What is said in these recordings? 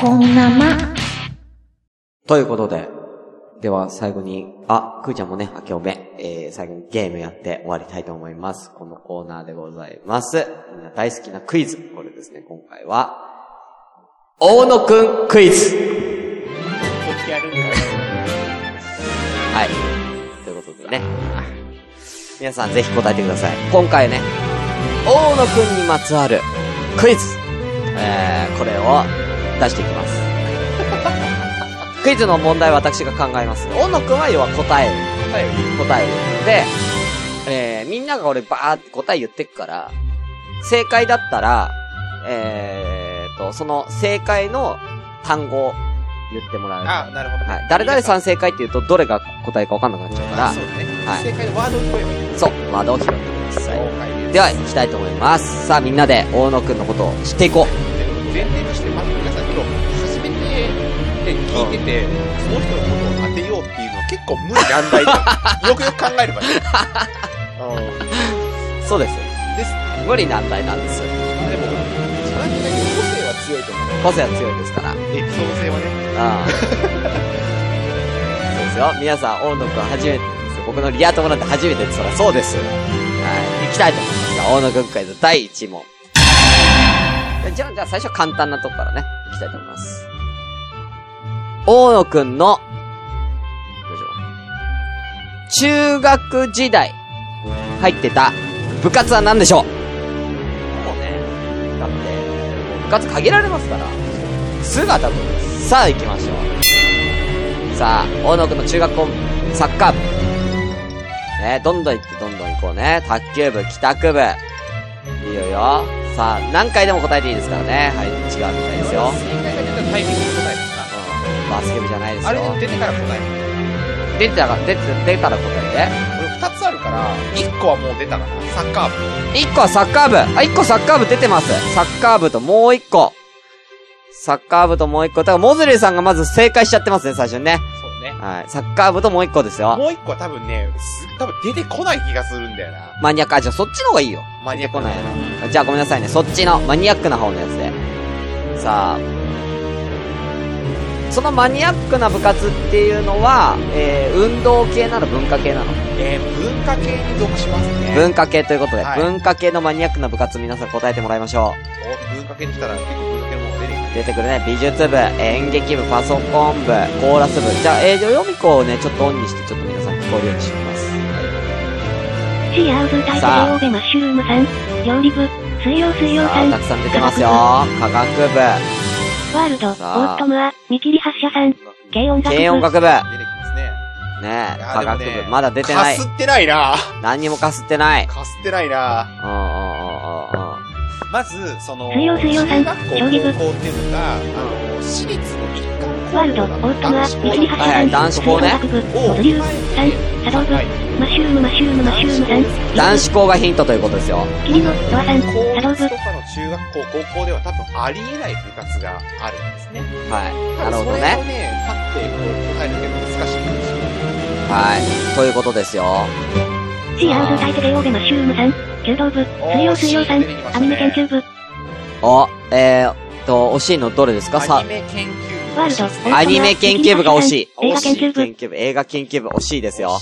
こんなま。ということで、では最後に、あ、くーちゃんもね、明けおめ、えー、最後にゲームやって終わりたいと思います。このコーナーでございます。みんな大好きなクイズ。これですね、今回は、大野くんクイズはい。ということでね。皆さんぜひ答えてください。今回ね、大野くんにまつわるクイズ。えー、これを出していき ます。クイズの問題は私が考えます。大野くんは要は答える。答え答える。で、えー、みんなが俺バーって答え言ってくから、正解だったら、えー、と、その正解の単語を言ってもらえる。あ、なるほど。はい。誰々さん正解って言うと、どれが答えか分かんなくなっちゃうあ、かそうね。はい正解のワードを聞こえばいい。ら、そう、窓を拾ってください。了解すでは、行きたいと思います。さあ、みんなで、大野くんのことを知っていこう。前提として、まず皆さん、今日、初めて、ね、聞いてて、その人のことを当てようっていうのは結構無理難題 だ。よくよく考えればね。うん。そうです。です。無理難題なんですよ。でも、一番的に個性は強いと思う。個性は強いですから。 うん。え、創性はね。そうですよ。皆さん、大野くん初めてですよ。僕のリア友なんて初めてですから、そうです。はい。行きたいと思いますが、大野くんクイズ第1問。じゃあ、じゃあ最初簡単なとこからね、行きたいと思います。大野くんの、よいしょ中学時代、入ってた部活は何でしょうもうね、だって、部活限られますから、姿と、さあ行きましょう。さあ、大野くんの中学校、サッカー部。ね、どんどん行ってどんどん行こうね。卓球部、帰宅部。いいよよ。さあ、何回でも答えていいですからね。はい、違うみたいですよ。正解が出たタイミングで答えますかうんバスケ部じゃないですよ。あれでも出てから答える。出てたら、出て、出たら答え俺二つあるから、一個はもう出たかな。サッカー部。て。1個はサッカー部。あ、1個サッカー部出てます。サッカー部ともう1個。サッカー部ともう1個。だから、モズレーさんがまず正解しちゃってますね、最初にね。そうね。はい。サッカー部ともう1個ですよ。もう一個は多分ね、す多分出てこない気がするんだよな。マニアック。あ、じゃあそっちの方がいいよ。マニアック来ないな。じゃあごめんなさいね。そっちのマニアックな方のやつで。さあ。そのマニアックな部活っていうのは、えー、運動系なの文化系なのえー、文化系に属しますね。文化系ということで、はい文化系のマニアックな部活皆さん答えてもらいましょお文化系に来たら結構文化系のものが出てきう。出てくるね、美術部、演劇部、パソコン部、コーラス部。じゃあ、えー、じゃあ読み子をね、ちょっとオンにして、ちょっと皆さん聞こえるようにしてみます。チアーズ大さあ帝王でマッシュルームさん。料理部、水曜水曜ささあ、ん。たワくさん出てますよ。科学部、ールド、オさあートムア、見切り発車さん。ます。軽音楽部。軽音楽部、ね出てきますね。えいや科でも学ね部、まだ出てないか。すってないな何にもかすってない。かすってないなうんうんうんうんうん。まず、その、水曜水曜さん中学校、将棋部高校っていうのが、あの、私立の一貫校ワールド、オートムア、見切り発車はさいん。男子校ね吹奏楽部、を踊り部、さん。茶道部、マッシュルームマッシュルームマッシュルームさん。男子校がヒントということですよ。キリノ、ドアさん。茶道公立部と、かの中学校、高校では多分ありえない部活があるんですね。はい。多なる分ほそれどをね。ね、パッてこう答えるけど難しいかもしれなはい。い。ということですよ。チアーズ大帝王でマッシュルームさん。弓道部、水曜水曜さんおー C 出てきま。したアねニメ研究部、お、えーっと、惜しいのどれですかアさニ、メ研究部ワールド、オートムアアニメ研究部が惜しい。見切り発車さん映画研究部、研究部、映画研究部惜しいですよ。ね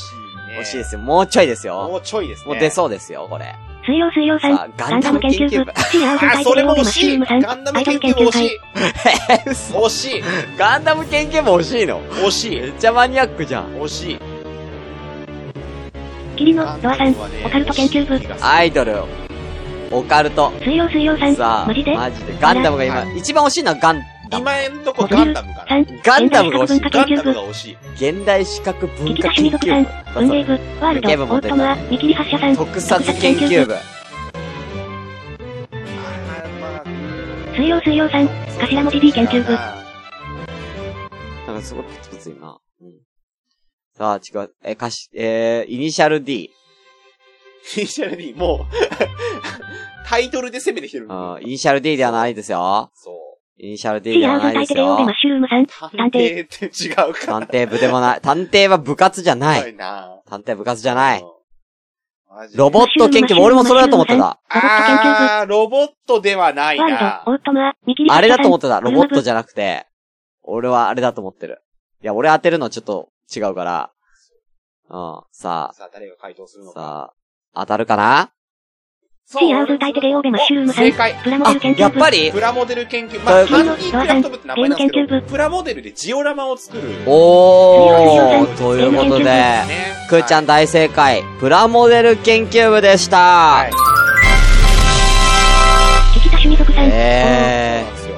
惜しいですよ。もうちょいですもよ。うちょいですね。もう出そうですよ、これ。水曜水曜さんさ、あガガンンダダムム研研究究部部、チアーズあ、大それ帝も王でマ惜ッシュしルい。ームさんガンダ、ムアイドル研究研部究惜し会い。えー嘘惜しい。ガンダム研究部惜しいの惜しめっい。ちゃマニアックじゃん。惜しい。キリノ、ドアさん、オカルト研究部、アイドル、オカルト。水曜水曜さんさ、あ、マジでマジで。ガンダムが今は、一番惜しいのはガンダム。今んとこガンダムかさな。ん、ガンダムが惜しい現代科学文化ガン研究部ダム劇田種現代視覚文化研究が、惜しい。族さん、部。運営部、ワールド、文芸部もオートムア、見切り発車さん、特撮研究部。あーまあ水曜水曜さん、頭文字 D 研究部、なんかすごくきついな。うん。さあ、違う。え、歌詞、えー、イニシャル D。イニシャル D、も う、タイトルで攻めてきてる。うん、イニシャル D ではないですよ。そイニシャル D シでアはーなズ大いです帝王よでマ。ッシュルームさん、う。探探偵、偵って違うか探偵部でもない。探偵は部活じゃら。ない。いな。探偵部活じゃない。うん。マジでロボット研究部、俺もそれだと思ってロた。ボット研究部、あー、ロボットではないワールなド、。オートマア、見切りあれだと思っってた。ロボットじゃなくて、俺はあれだと思ってる。いや、俺当てるのちょっと違うから。うん。さあ、さあ、誰が回答するのか。さあ、当たるかなそう CR 大手レオーベマシュームさん正解。プラモあデル研、究部。やっぱりプラモデル研究。まあ、だ簡易プラモデルって名前なんですけゲーム研ど究、プラモデルでジオラマを作る。ね。おー、ということで、くーちゃん。ん大正解、プラモデル研究部でした。はい。聞田趣味族さん。えそうなんですよ。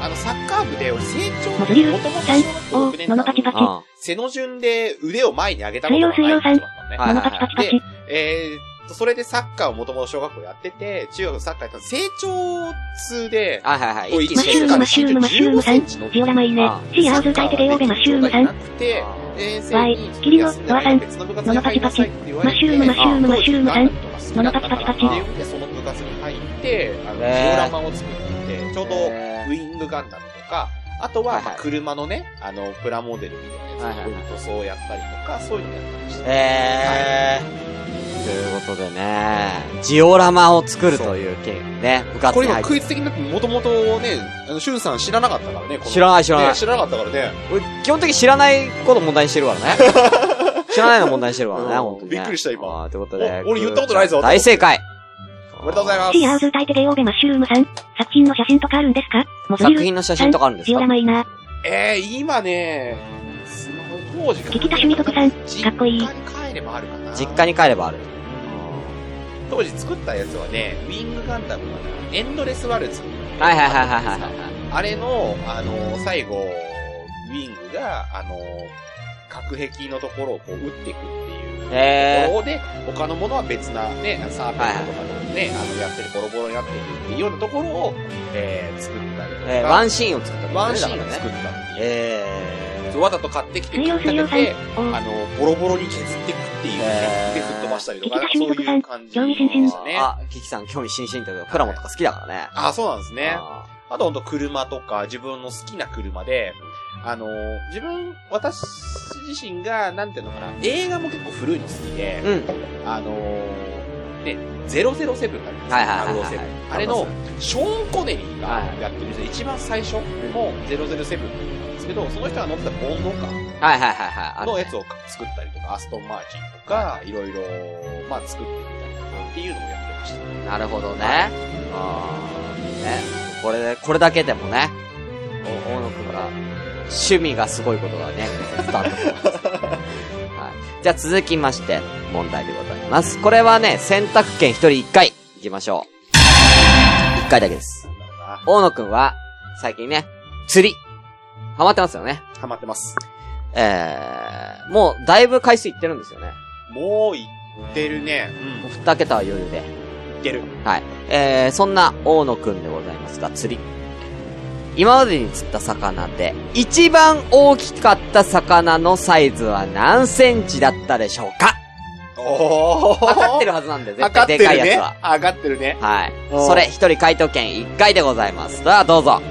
あの、サッカー部で、俺、成長、モズリルもともとさん小学校6年間おのの立場ー、うん。背の順で腕を前に上げたことがない人だったのね。はいモノパチパチパチ。えーっと、それでサッカーをもともと小学校やってて、中学のサッカーやったの成長痛で、はいはいはい。一気マにシュー正ム解マシュームマシュームさん。ジオラマいいねあ。 CR 大手レオーベマシュームさん。で、えー、わいキリオノアさん別の部活に入りなさいって言われてマシュームマシュームマシュームさんあ当時ガンダムとか好きだったからっていうのでその部活に入って、あの、ジねオラマを作ってて、ちょうど、えウイングガンダムとか、あとは、まはいあはい車のね、あの、プラモデルみたいなはいはやついを塗装やったりとか、そういうのやったりしーて。えー。ということでね、ジオラマを作るというけね、部活これに入今って。クイズ的になって、もともとね、あの、シュンさん知らなかったからね、この知らない知らないね知らなかったからね。俺基本的に知らないこと問題にしてるからね。 知らないの問題にしてるからね、うん本当に、ね。びっくりした今あーということで。お俺言ったことないぞ大正解。おめでとうございます。 CR 大手レオーベマシュームさん。作品の写真とかあるんですかモズリ作ル。品の写真とかあるんですジオかラマいいな。えー、今ね、スマホ当時菊田趣味族さんかっこいい実家に帰ればあるかな。実家に帰ればある。当時作ったやつはね、ウィングガンダムがエンドレスワルツ。はいはいはいはいはいはい。あれの、あの、最後、ウィングが、あの、隔壁のところをこう撃っていくっていう。えところで、他のものは別なね、サーフェスとかのね、あの、やってるボロボロになっているっていうようなところを、えー、作ったりとー、か。えー、ワンシーンを作ったってことワンねシだーからンをね作ったっていう。えわざと買ってきて、水曜水曜立さんてて、。おあーの、ボロボロに削っていくっていうへねー。で、吹っ飛ばしたりとか、菊田そ俊う子さんいう感じ興味津ー々ですね。あ、キキさん興味津々というか、プラモとか好きだからね。あ、そうなんですね。ああとほんと車とか、自分の好きな車で、あの、自分、私自身が、なんていうのかな、映画も結構古いの好きでー、うん。あの、ね、007ってあるんですはいはいはいはい007。あれの、ショーン・コネリーがはいやってる人で一番最初の007っていうのなんですけど、その人が乗ってたボンドカー。はいはいはいはい。あるねのやつを作ったりとか、アストンマーチンとか、いろいろ、まあ作ってみたりとかっていうのもやってました。なるほどね。あーね。これで、これだけでもね、お大野くんが、趣味がすごいことが ね、伝わってくるんですけどはい。じゃあ続きまして、問題でございます。これはね、選択権一人一回、行きましょう。一回だけです。なんだろうな。大野くんは、最近ね、釣り、ハマってますよね。ハマってます。えー、もう、だいぶ回数いってるんですよね。もう行ってるね。もう二桁は余裕で。うん。行ってる。はい。えー、そんな大野くんでございますが、釣り。今までに釣った魚で、一番大きかった魚のサイズは何センチだったでしょうかおー。測ってる。るはずなんで、絶測対ってでるかいやつねは。。上がってるね。はい。おーそれ、一人回答権一回でございます。では、どうぞ。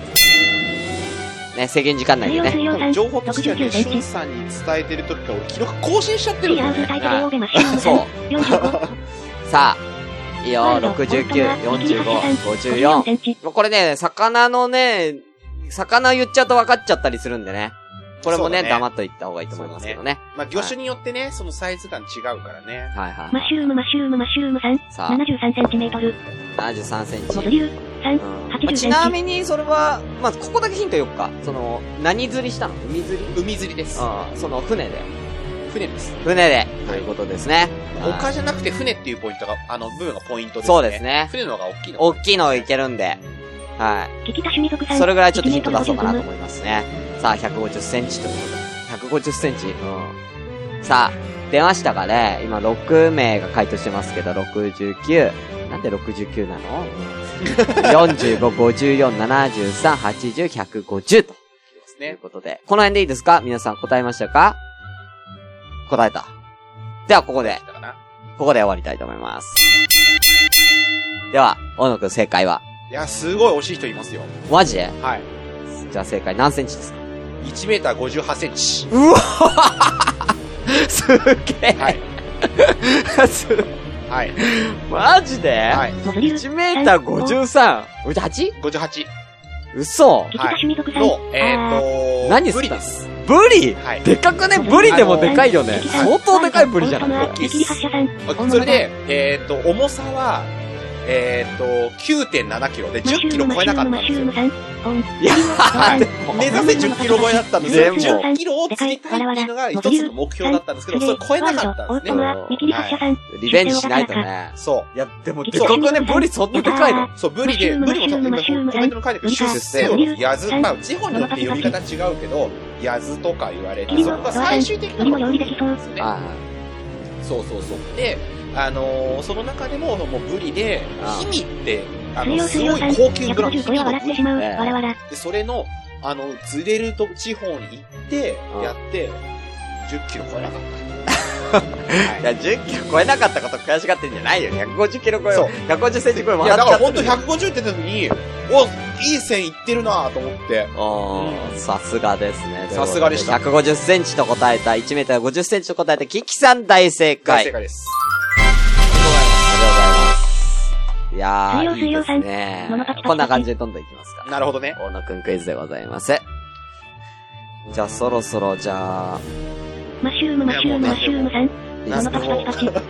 ね、制限時間内水で曜水曜ね。さん。情報としてはね、 69センシチュンさんに伝えてる時から俺記録更新しちゃってるんだよ CR ね。大手レオーベマシュームさん。 そう45。さあ、いいよ、ワイド69、オートマ45、 54 54セ。ンチ。もうこれね、魚のね、魚言っちゃうと分かっちゃったりするんでね。これもね、そうだね黙っといった方がいいと思いますけどね。まあ、魚種によってね、そのサイズ感違うからね。はいはい、マはシュームマシュームマシュームさん。い。さあ、 73センチメートル。 73センモズチ。リル。さんう。んま80あ、ちなみに、それは、まあ、ここだけヒントよっか。その、何釣りしたの海釣り海釣りです。うん。その、船で。船です。船で。ということですね。丘じゃなくて船っていうポイントが、あの、部分がポイントですね。そうですね船の方が大きいの。大きいのいけるんで。は聞田趣味族さい。ん。それぐらいちょっとヒント出そうかなと1思いますね。さあ、150センチということで。150センチうん。さあ、出ましたかね今6名が回答してますけど、69。なんで69なの、 うん、?45、54、73、80、150と。ですというね。ことで。この辺でいいですか皆さん答えましたか答えた。では、ここでだ、からなここで終わりたいと思います。では、大野くん正解はいや、すごい惜しい人いますよ。マジではい。じゃあ正解何センチですか1メーター58センチ。すげえ、はい。すはい。マジではい。 1メーター 53? 58? 58嘘激化種民族さん。の、えーっ、と、何すブっリたです。ブリはい。でかくねブリでもでかいよね。あ相当でかいブリじゃない大きい発射さん。それで、えーっ、と、重さは、えーっ、と、9.7キロで10キロ超えなかったんですよ。さん。オン。いやはいでも目指せ10キロ超えだったんですでよ。も10キロを釣りたいっていうのが一つの目標だったんですけど、それ超えなかったんですねね。見切り発射さん。リベンジしないとね。そいや、でもでかくねブリそんなでかいのう。そう、ブリで、ブリもそう、今コメントに書いてくる、出世、ヤズ、まあ、地方によって呼び方違うけど、ヤズとか言われて、そこが最終的よなりも料理できそう。すね。あそうそうそう。で、あのーその中でも、もうブリであ、氷見って、あ水曜水曜の、すごいさん。高級ブランド、 155氷は見笑のってブしリ。まう。わらわら。で、それの、あの、釣れると地方に行ってう、んやって、10キロ超えなかあ。っいや、た。10キロ超えなかったこと悔しがってんじゃないよ。150キロ超えそうよ。150センチ超えいや、笑だっかちゃらってるほんと150って出た時に、お、いい線いってるなぁと思って。あーさすがですね。さすがでした150センチと答えた、1メーター50センチと答えた、キキさん大正解。あ大り正がとう解です。ございます。いやー、水いい曜です水曜さん物ね語。こんな感じでどんどんいきますか。なるほどね。大野くんクイズでございます。じゃあそろそろ、じゃあ、マッシュルームマッシュルームマッシュルームさん。こなのんかパチパも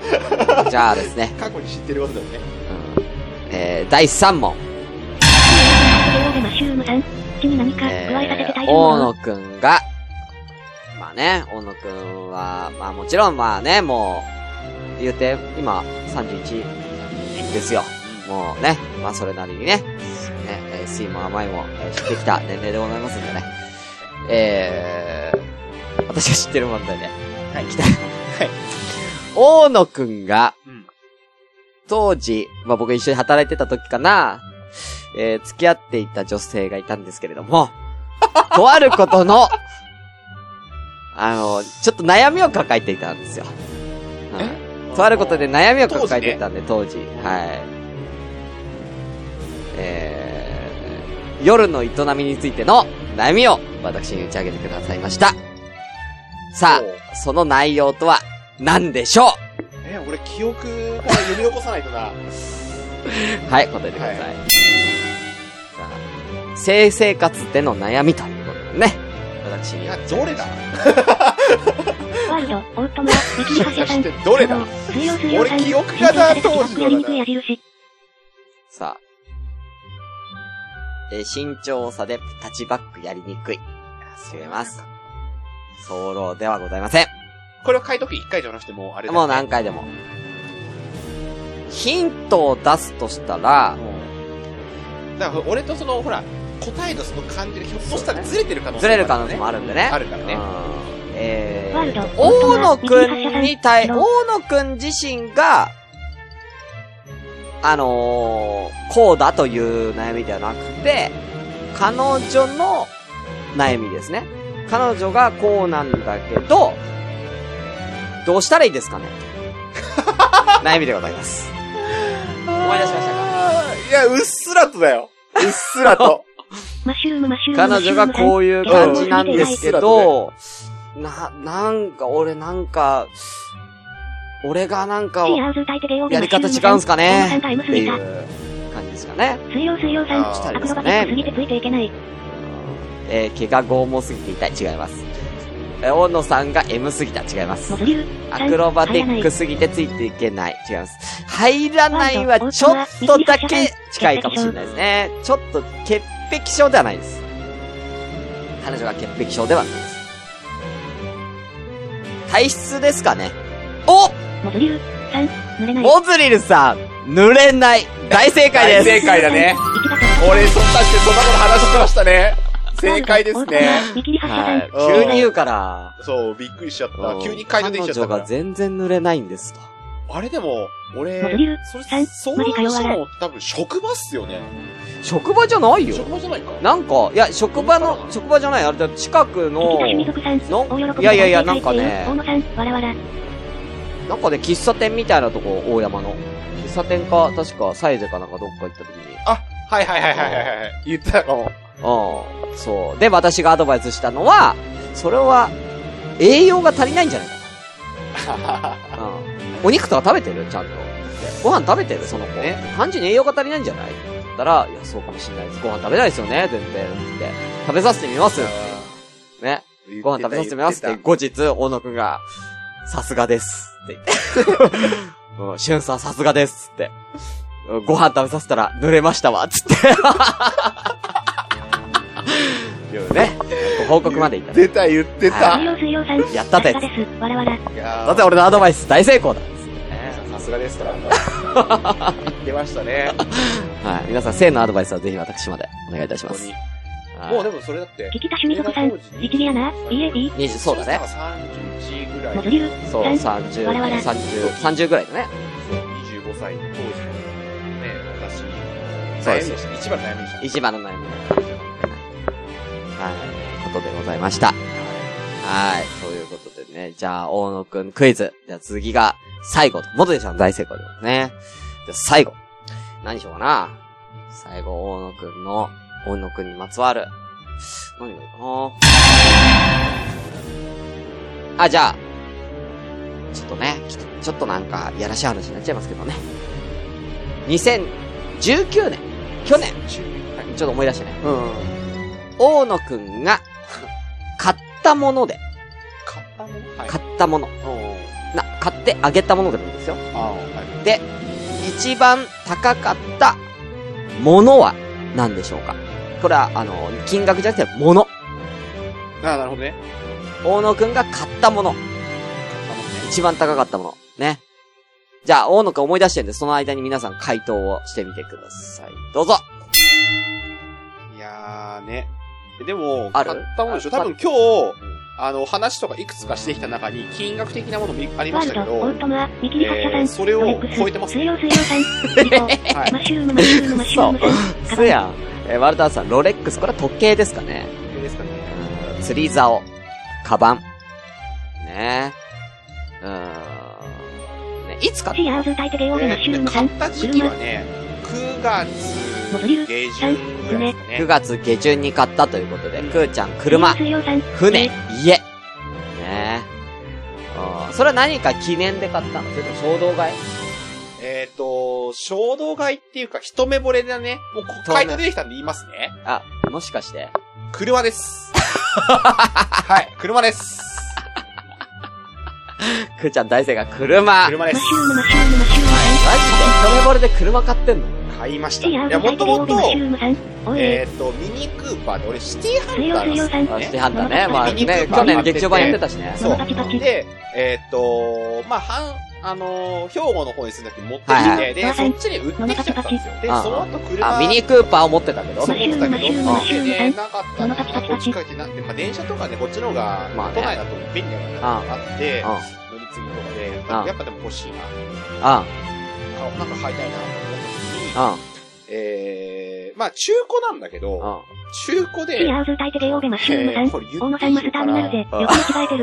チパチ。じゃあですね、う、過去に知ってることだよね。うんえー、第3問。マッシュルームさん。地に何か加えさせて大量えー、大の。野くんが、まあね、大野くんは、まあもちろんまあね、もう、言うて、今、31ですよ。もうね、まあそれなりにね、ね、えー酸いも甘いも、えー知ってきた年齢でございますんでね。えー、私が知ってる問題で、はい、行きたい。はい。大野くんが、うん。当時、まあ僕一緒に働いてた時かな、えー、付き合っていた女性がいたんですけれども、 とあることの、あの、ちょっと悩みを抱えていたんですよ。はい、とあることで悩みを抱えていたんで、当時,、はい。えー、夜の営みについての悩みを私に打ち上げてくださいました。さおうあ、その内容とは何でしょえ、俺記憶から読み起こさないとな。うはい、答えてください。さあ性生活での悩みということでね。私いに。や、どれだワールド、オートマ、見切り発射 さん。どれだ水曜水曜さん。俺記憶がな当時のやだなりにくい矢印。さあ。えー、身長差でタッチバックやりにくい。違います。早漏ではございません。これを書いとき一回じゃなくてもうあれだよねもう何回でも。ヒントを出すとしたら、うんだから俺とそのほら答えのその感じがひょっとしたらずれてる可能性ずれる可能性もああるんでね。あるからねうんえワールドー、大野くんに対、大ワール野くん自身が、あのー、こうだという悩みではなくて、彼女の悩みですね。彼女がこうなんだけど、どうしたらいいですかね悩みでございます。思い出しましたかいやうっすらと だようっすらとマッシュルームマッシュルーム。彼女がこういう感じなんですけど、な、なんか俺なんか、俺がなんか、シーハウズ歌い手でやり方違うんすかねさんが M っ過てぎいた。う感じですかね。水曜水曜さん。あアークロバティックすぎてついていけない。えー毛が剛毛すぎて痛い。違います。えー大野さんが M すぎた。違いますモ。ズリュアクロバティックすぎてついていけない。違います。入らないはちょっとだけ近いかもしれないですね。ちょっと潔癖症ではないです。彼女が潔癖症ではないです。体質ですかね。おモズリュさん。濡れない。モズリルさん濡れない大正解です大正解だね生き方。俺そんなしてそんなこと話してましたね正解で すね。見切り発車はさんい。。急に言うから。そうびっくりしちゃったうん急に解答できちゃった彼女かがら全然濡れないんですと。あれでも俺モズリルそれさん相マ談リカヨしワたラの多分職場っすよね職場じゃないよ。職場じゃないかなんか、いや、職場の、職場じゃない、あれだ、近くの生き、た種民族さん。の大喜びいやいやいやなんかね大野さん、わらわら。なんかね、喫茶店みたいなとこ、大山の。喫茶店か、確か、サイゼかなんかどっか行った時に。あはいはいはいはいはいはい言ってたかもうん。そう。で、私がアドバイスしたのは、それは、栄養が足りないんじゃないかな。うん。お肉とか食べてるちゃんと。ご飯食べてるその子。ね単純に栄養が足りないんじゃないって言ったら、いや、そうかもしんないです。ご飯食べないですよね、全然。って。食べさせてみます。ね。ご飯食べさせてみますって、後日、大野くんが、さすがです。って言って。うん、しゅんさんさすがです。って。うんご飯食べさせたら、濡れましたわ。つって。いうね。ご報告までいただいて出た、言ってた。水曜水曜さん。やったてさすがです。わらわら。いやだって俺のアドバイス大成功だ。ーさすがですから。出ましたね。はい。皆さん、性のアドバイスはぜひ私までお願いいたしま本当すに。はいもうでもそれだって、聞きた趣味族さん。一リアナ ?EAB? 20、そうだね。 31ぐらい。もずりゅう。そう、さん30、我々30、30ぐらいだね。 25歳当時の、ね、私に、そうで悩すみでした。一番の悩みでした。一番の悩み。はい。ことでございました。はい。ということでね。じゃあ、大野くんクイズ。じゃあ次が、最後と。元でちゃん大成功ですね。じゃあ最後。何しようかな。最後、大野くんの、大野くんにまつわる。何がいいかなあ、じゃあ、ちょっとね、ちょっとちょっとなんか、いやらしい話になっちゃいますけどね。2019年、去年、はいちょっと思い出してね。うん。大野くんが、買ったもので、買ったものはい。買ったもの。うんな、買ってあげたものでもいいですよ。ああ、はい。で、一番高かったものは何でしょうかこれは、あの、金額じゃなくて、もの。ああ、なるほどね。大野くんが買ったもの。買ったものね。一番高かったもの。ね。じゃあ、大野くん思い出してるんで、その間に皆さん回答をしてみてください。どうぞいやーね。でも、ある買ったものでしょあ多分今日、あの、話とかいくつかしてきた中に、金額的なものもいありまワしーたルけド、ど、オートムア、見切り発車さん。えーそれをロレックス超えてます水曜水曜さん。リ コはいマッシュルームマッシュルームマッシュルームさん。そうやん。えーワルターさん、ロレックス、これは時計ですかね。いいですかね。釣り竿、カバン。ねえ。うーん。ね、いつ買っシーアーズ大手でオーベマシュルームさん。買った時期はね、9月下旬ぐらいですか9ね。月下旬に買ったということで、うんくーちゃん、車、水曜さん。船、家。ねえ。あーそれは何か記念で買ったのそれとも衝動買いえっ、ー、と、衝動買いっていうか、一目惚れだね。もうこ、回答出てきたんで言いますね。あ、もしかして。車です。はい、車です。くーちゃん大生が車。車マでッすシ。ュルームマッシュルームマッシュルームさん。マジで一目惚れで車買ってんの買いました。シいーアーや、ズ大も手とでオもーベマシュと、ルームさん。おいええっ、ー、と、ミニクーパーで俺、シティハン水曜ター水曜なんですさん。あ、してはんだね。まあミニクね、ーパー去年劇場版やってたしね。そうパチパチ。で、えっ、と、まあ、はん、あのー兵庫の方に住んだ時持ってきて、はいはで、そっちに売ってきちゃったんですよ。で、ああその後車、あ、ミニクーパーを持ってたけど。そう思ってたけど、マシューマシューマシューで、なかったな、そのパチパチこっちかってなって、まあ、電車とかね、こっちの方が、まあね都内だと便利なのがあって、うん。乗り継ぎとかで、うんやっぱでも欲しいな、あ、顔なんか買いたいなと思った時に、あ、えー、まあ、中古なんだけど、あ。中古シで、ーアーズ大手でオーベマシュルームさえーん。これ言大野ってさいんいマスのターかミナルで、な横に着替えてる。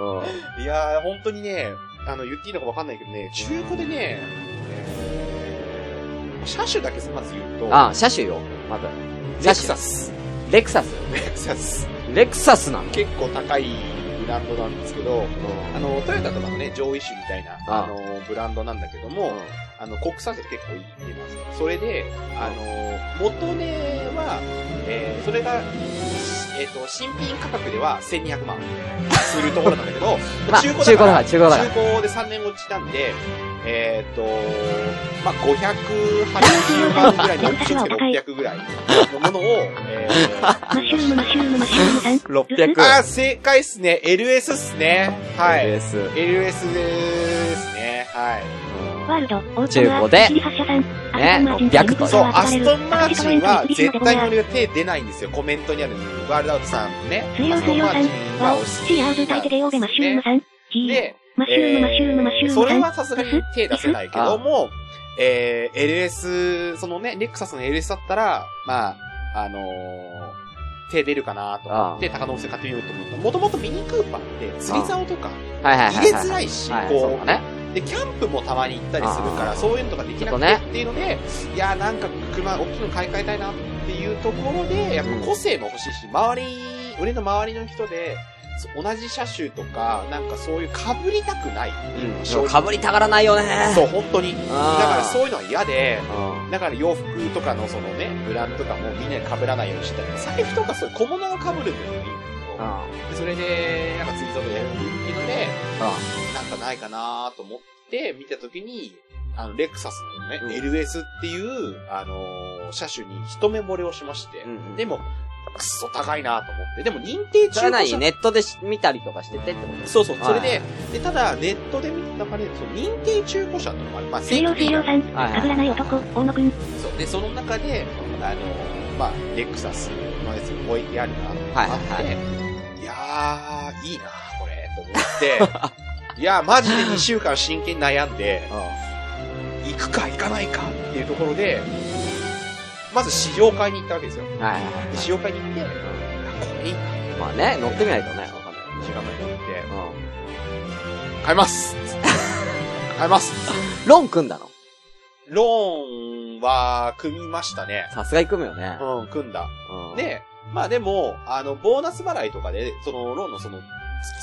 うん。いやー、本当にね、あの、言っていいのかわかんないけどね、中古でね、えー、車種だけまず言うと、あ、車種よ。まず。レ車ク種サス。レクサス。レクサス。レクサスなの結構高いブランドなんですけど、あの、トヨタとかのね、上位種みたいな、あああの、ブランドなんだけども、あの、国産車って結構いいってます。それで、あの、元値は、えー、それが、えっ、と、新品価格では1200万するところなんだけど、 まあ、中古だから、中古だから。中古で3年落ちたんで、えっ、と、まあ、580万ぐらいに落ちてるんですけど、600ぐらいのものを、えー、マッシュルームマッシュルームマッシュルームさん。 600。あ、正解っすね。LS っすね。はい。です。 LS ですね。はい。ワールド、オー中トマ古で切り発車さん。ね600とそう、アアスストトンンママーーチチンンはは絶絶対対にに俺が手出ないんですよ。コメントにあるワールドアウトさんね。水曜水曜さん。ワオ、シーアーズ大手でオーベマシュルームさん。ヒー。で、マッシュルームマッシュルームマッシュえールそれームさはさすがに手出せないけども、えー、LS、そのね、レクサスの LS だったら、まあ、あのー手出るかなと思って、高野温泉買ってみようと思った。もともとミニクーパーって釣り竿とかはいはいはい。入れづらいし、はい、そこうう、だね。で、キャンプもたまに行ったりするかあーら、そういうのとかできなくちょてっとっていうので、いやーなんか車大きいの買い替えたいなっていうところで、やっぱ個性も欲しいし、周り、俺の周りの人で、同じ車種とか、なんかそういう被りたくない。うん。そう被りたがらないよね。そう、本当に。だあーからそういうのは嫌で、うん。だから洋服とかのそのね、ブランドとかもみんなに被らないようにしてたり、財布とかそういう小物を被るんだよね。うん。うん。でそれで、なんかツイートでやるのっていうので、なんかないかなと思って見たときに、あの、レクサスのね、うん LS っていう、あのー車種に一目惚れをしまして、うんでも、くっそ高いなと思って、でも認定そ中れは古何車ネットでし見たりとかしててってことそうそう、はいそれで、で、ただ、ネットで見た中で、その認定中古車とか、まあ、水曜水曜さん、被はいらない男、大野くん。そうで、その中で、あの、まあ、レクサスのやつ、VR があって、はいいはいやー、いいなこれ、と思って、 いやー、マジで2週間真剣に悩んで、行くか行かないかっていうところで、まず試乗会に行ったわけですよ。うん。はいはいで試は乗会に行って、あこれいいな、い。まあね、乗ってみないとね、わかんない。 2週間前に行って、う買 いますつって買いますん。ロン組んだのローンは組みましたね。さすがに組むよね。うん、組んだ。うん、で、まあでも、あの、ボーナス払いとかで、その、ローンのその、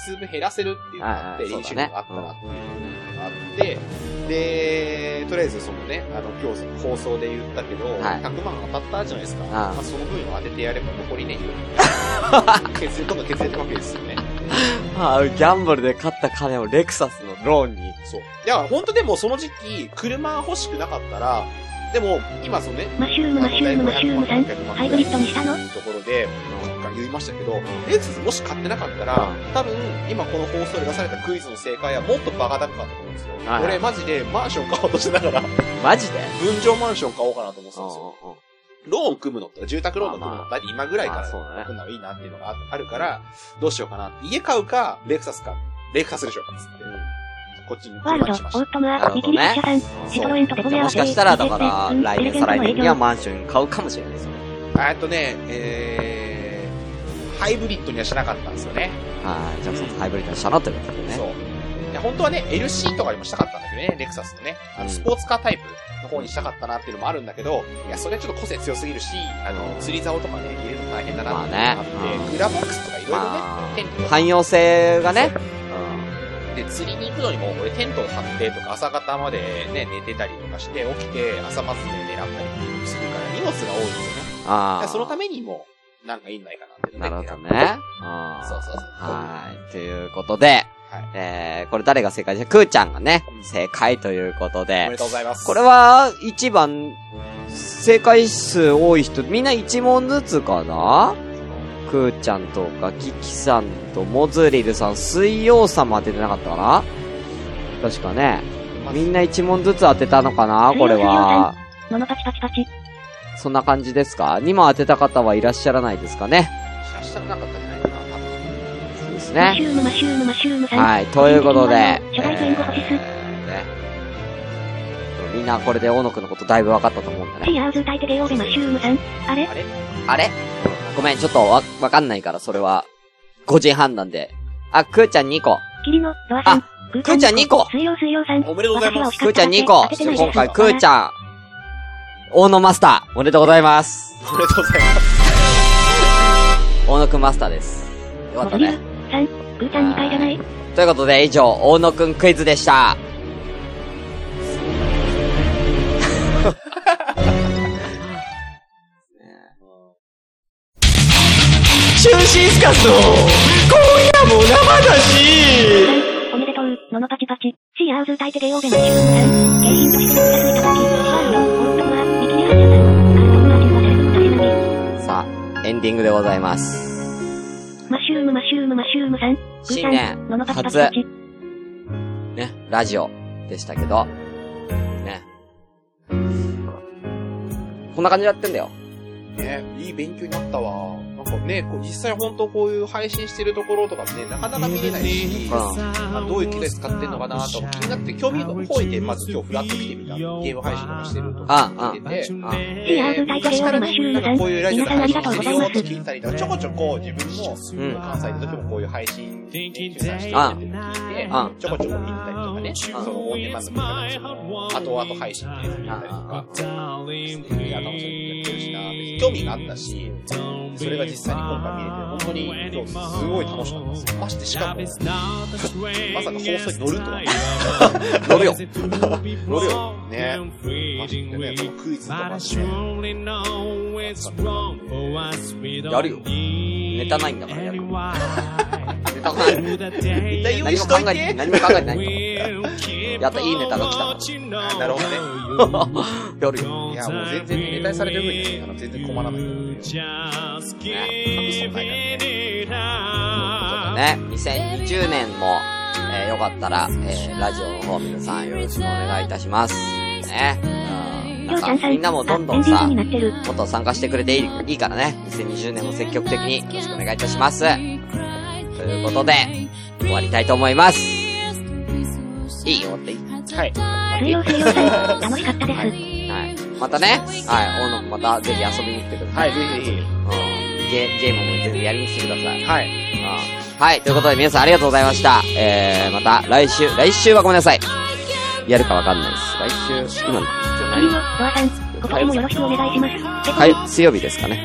月数分減らせるっていうのがあって、はいはい練そ習うだねがあったなっていうのがあって、で、とりあえずそのね、あの、今日放送で言ったけど、はい100万当たったじゃないですか。ああまあ、その分を当ててやれば残りね、削れ、どんどん削れたわけですよね。ああ、ギャンブルで勝った金をレクサスのローンに。そう。いや、本当でもその時期、車欲しくなかったら、でも、今そのね、マッシュルームマッシュルームマッシュルームさん、ハイブリッドにしたのところで、なんか言いましたけど、レクサスもし買ってなかったら、多分、今この放送で出されたクイズの正解はもっとバカ高かったと思うんですよ。はい俺マジでマンション買おうとしてな がら、マジで分譲マンション買おうかなと思ってたんですよ。うローン組むのって、住宅ローンの組むのまあって、大体今ぐらいかまあらそうだね組んだ方がいいなっていうのがああるから、どうしようかなって。家買うか、レクサスか、レクサスでしょうかっつって、んうん。こっちにワールド、オ車にしましたー。トムア、見切り発車さん、シトロエンとデボじレゃ合あもわしせ、かしたら、だから、うん来年、再来年にはマンション買うかもしれないですよね。えっとね、えー、ハイブリッドにはしなかったんですよね。はい。じゃあ、そのハイブリッドにしたのってことでね。そう。いや、本当はね、LC とかにもしたかったんだけどね、レクサスのね。あうんの、スポーツカータイプの方にしたかったなっていうのもあるんだけど、いや、それはちょっと個性強すぎるし、あの、釣り竿とかね、入れるの大変だなっていうのがあって、まあねうんグラボックスとかいろいろね、まあテント、汎用性がね。で、釣りに行くのにも、俺テントを張ってとか、朝方までね、寝てたりとかして、起きて、朝まずで狙ったりするから、荷物が多いんですよね。だあかあ。らそのためにも、なんかいいんないかなっていうのなでるほどね。あーそうそうそうはい。ということで、はいえー、これ誰が正解じゃ、くーちゃんがねう、ん正解ということおめでで、とうございます。これは、一番、正解数多い人、みんな一問ずつかなくーちゃんとか、キキさんと、モズリルさん、水曜さんも当ててなかったかな確かね。まずみんな一問ずつ当てたのかなこれは。モノパチパチパチ。そんな感じですか ?2 問当てた方はいらっしゃらないですかね明日なかったんじゃないかな、多分。そうですマッねシ。ュルームマッシュルームマッシュルームさん。はい、ということで。え初代弁護士ーねみんなこれで大野くんのことだいぶ分かったと思うんだね。シアーズ大手でオーベマッシュルームさん。あれあれあれごめん、ちょっとわ、わかんないから、それは。個人判断で。あ、くーちゃん2個。霧の、ドアさん。くくーちゃん二個水曜水曜さん。おめでとうございますくーちゃん2個。私が惜しか今っただ回、けくーちゃん、大野マスター、おめでとうございます。おめでとうございます。大野くんマスターです。よかったね。さん。くーちゃん2回じゃないということで、以上、大野くんクイズでした。 終始スカスの、今夜も生だしおめでとう、ののパチパチ。シアーズ大手でオーベマッシュルームさん。景品としてお使いいただき、ワールド、オートマー、見切り発車さん。カスタムマーティンホテル、取り抜き。さあ、エンディングでございます。マッシュルームマッシュルームマッシュルームさん。グー新さ年ん、ののパチパチ初パチ。ね、ラジオでしたけど、ね。こんな感じでやってんだよ。ね、いい勉強になったわ。なんかね、こう実際本当こういう配信してるところとかね、なかなか見れないうし、ん。あどういう機材使ってんのかなとか気になって興味が本いて、まず今日フラッと見てみた。ゲーム配信とかしてるとかあ、見てて。あ、あ。シアーでズ大会でマッシュルームさん。こういうラジオ皆でさんありが配信とうしございてるよまってす。聞いたりとか、ちょこちょこ自分もうん。関西の時もこういう配信、練習させてあ聞いてあ、ちょこちょこ見たりとかかね、その音源番組とか、後々配信でやったりとか、いや、楽しみにやってるしなって、興味があったし、それが実際に今回見れて、本当に今日すごい楽しかったです。ましてしかも、まさか放送に乗るとは。 乗るよ。乗るよ。ね。マジでね、このクイズとかね。やるよ。ネタないんだからやるよ。 ネタない。絶対用意何もし考といえて、て。何も考えてないから。やった、いいネタが来たか なるほどね。ら。やるよ。いや、もう全然ネタにされてる分には、あの、全然困らないからね。ね、隠すもないからね、ね。2020年も、えーよかったら、えーラジオの方皆さんよろしくお願いいたします。ね。うんりょなうんちゃんか、さみんなもどんどエンんディングさ、にもなってる。っと参加してくれていいいいからね。2020年も積極的によろしくお願いいたします。ということで、終わりたいと思います。いい終わっていいはい。水曜水曜さん、楽しかったです。はい。またね、はい、大野くんまたぜひ遊びに来てくださ。はいい、ぜひぜうん。ゲゲームもぜひやりに来てくださいひ。。はい。うんはい、ということで皆さんありがとうございました。えー、また来週、来週はごめんなさい。やるかわかんないです。来週、今、金曜、ドアさん、今年もよろしくお願いします。はい、水曜日ですかね。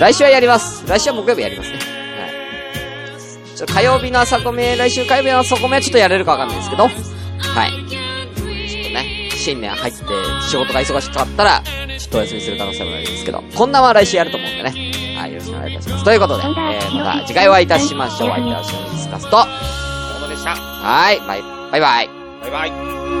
来週はやります。来週は木曜日やりますね。はい。ちょっと火曜日の朝コメ、来週火曜日の朝コメはちょっとやれるかわかんないですけど、はい。ちょっとね、新年入って仕事が忙しかったら、ちょっとお休みする可能性もありますけど、こんなんは来週やると思うんでね。はい、よろしくお願いいたします。ということで、えー、また次回お会いいたしましょう。お会いいたします。と。どうもでした。はい、バイ、バイバイ。バイバイ。 「